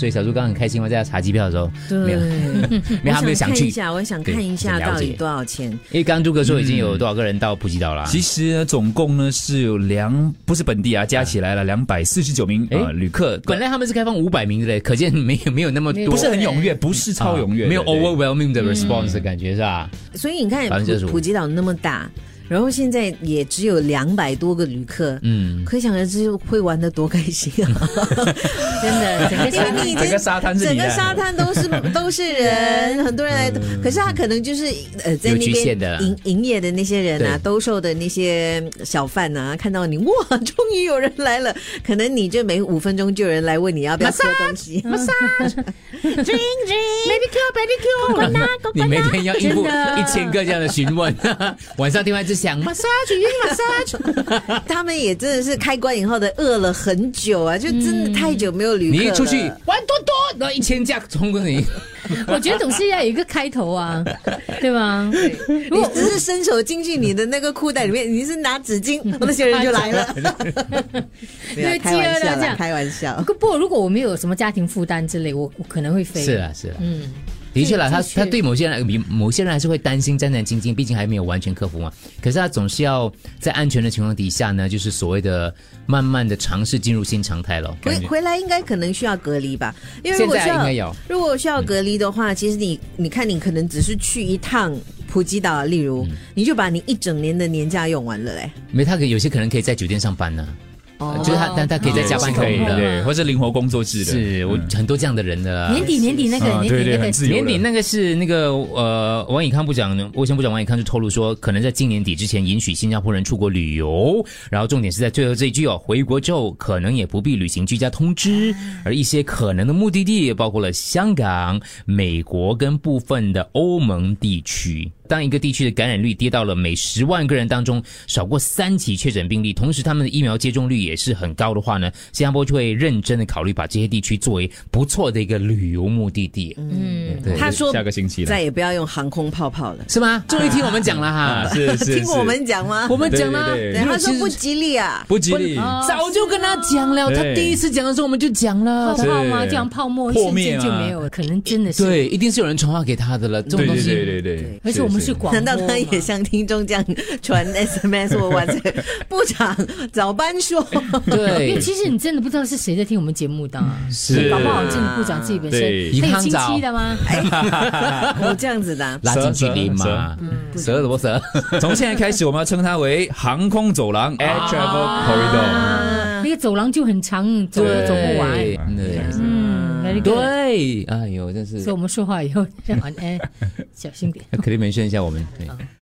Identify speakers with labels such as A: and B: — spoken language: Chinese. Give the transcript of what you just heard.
A: 所以小猪刚刚很开心，我在查机票的时候，没有
B: 对，
A: 没有他没有
B: 我想看
A: 去
B: 一，下，我想
A: 对
B: 看一下
A: 想了
B: 到
A: 解
B: 底多少钱。
A: 因为刚刚朱哥说已经有多少个人到普吉岛啦？
C: 其实呢，总共呢是有两，不是本地啊，加起来了两百四十九名
A: 诶
C: 呃旅客，
A: 本来他们是开放五百名的嘞，可见没有没有那么多，
C: 不是很踊跃，不是超踊跃的，
A: 啊没有
C: 对
A: overwhelming
B: 嗯
A: 的 response 的感觉是吧？
B: 所以你看
A: 175
B: 普普吉岛那么大，然后现在也只有两百多个旅客，
A: 嗯，
B: 可想而知会玩的多开心 啊！
D: 真的，整
B: 因
D: 个
B: 为
D: 沙
B: 你已经
D: 滩
C: 整个沙
A: 啊
C: 滩是
B: 整
C: 你
B: 个
C: 的，
B: 沙滩 都是都是人，很多人来，可是他可能就是呃
A: 嗯
B: 在
A: 有
B: 那
A: 局限
B: 边
A: 的啦
B: 营营业的那些人啊，
A: 对
B: 兜售的那些小贩啊，看到你哇，终于有人来了，可能你就每五分钟就有人来问你要不要喝东西。
D: ，drink drink，baby Q baby Q，啦，
A: 你每天要应付
D: 真的
A: 一千个这样的询问， 晚上听完只想 massage 晕 massage，
B: 他们也真的是开关以后的饿了很久啊，就真的太久没有旅客
A: 你
B: 了。
A: 一出去玩多多，然后一千架冲过你，
D: 我觉得总是要有一个开头 啊，对吧？如
B: 你
D: 果
B: 只是伸手进去你的那个裤袋里面，你是拿纸巾，那些人就 来了。没有 开玩
D: 饥
B: 笑
D: 饿了这
B: 啦，
D: 样
B: 开玩笑。
D: 不过如果我没有什么家庭负担之类，我我可能会飞。
A: 是，啊是啊。
D: 嗯，
A: 的确啦，他
D: 继续
A: 他对某些人，比某些人还是会担心战战兢兢，毕竟还没有完全克服嘛。可是他总是要在安全的情况底下呢，就是所谓的慢慢的尝试进入新常态咯。
B: 回
A: 感觉
B: 回来应该可能需要隔离吧，因为如果需
A: 现在啊
B: 要
A: 应该有嗯
B: 如果需要隔离的话，其实你你看你可能只是去一趟普吉岛，例如、
A: 嗯
B: 你就把你一整年的年假用完了嘞。
A: 没他可有些可能可以在酒店上班呢、
B: 哦
A: 呃就是他但他可以在
C: 对
A: 家
C: 是
A: 办
C: 可以
A: 公
D: 哦
C: 的，
A: 的，
D: 嗯
C: 对，或是灵活工作制的，
A: 是我
C: 嗯
A: 很多这样的人的啦。
D: 年底年底那个
C: 啊
D: 年
C: 对
D: 底
C: 对，
D: 那
C: 很
D: 个
C: 自由的。
A: 年底那个是那个呃，王以康部长，卫生部长王以康就透露说，可能在今年底之前允许新加坡人出国旅游。然后重点是在最后这一句哦，回国之后可能也不必履行居家通知。而一些可能的目的地包括了香港、美国跟部分的欧盟地区。当一个地区的感染率跌到了每十万个人当中少过三起确诊病例，同时他们的疫苗接种率也是很高的话呢，新加坡就会认真的考虑把这些地区作为不错的一个旅游目的地。
D: 嗯，
A: 对
B: 他说
C: 下个星期了
B: 再也不要用航空泡泡了，
A: 是吗？终于听我们讲了
C: 啊，
A: 哈，
C: 是 是
B: 听我们讲吗？
A: 我们讲了，
C: 对对对
B: 对
A: 因为
B: 他
A: 其
B: 说
A: 实
B: 不吉利啊，
C: 不吉利，
D: 哦
A: 早就跟他讲了，
C: 对
A: 他第一次讲的时候我们就讲
D: 泡
A: 了。
D: 泡吗？
C: 是啊
D: 就像泡沫
C: 破
D: 瞬
C: 灭
D: 间
C: 嘛
D: 就没有了，可能真的是。
A: 对，一定是有人传话给他的了，这种
C: 对
A: 东
C: 对
A: 西。
C: 对对对，
D: 而且我们是广播
B: 难
D: 嘛，
B: 道他也像听众这样传 SMS 或 WhatsApp？部长早班 说，
D: 因为
A: 对
D: 其实你真的不知道是谁在听我们节目的啊，
A: 是
D: 搞不好真的部长自己本身
C: 对
D: 他有亲戚的吗？
A: 哎
B: 我这样子的啊、
A: 拉近距离嘛，嗯蛇怎么蛇？
C: 从现在开始我们要称它为航空走廊 （Air Travel Corridor）。
D: 那个走廊就很长，走
C: 对
D: 走不完。
A: 对对
D: 嗯，very good，
A: 对，哎呦，真
D: 所以
A: 是
D: 我们说话以后哎晚安，小心点。
A: 肯定没炫一下我们。对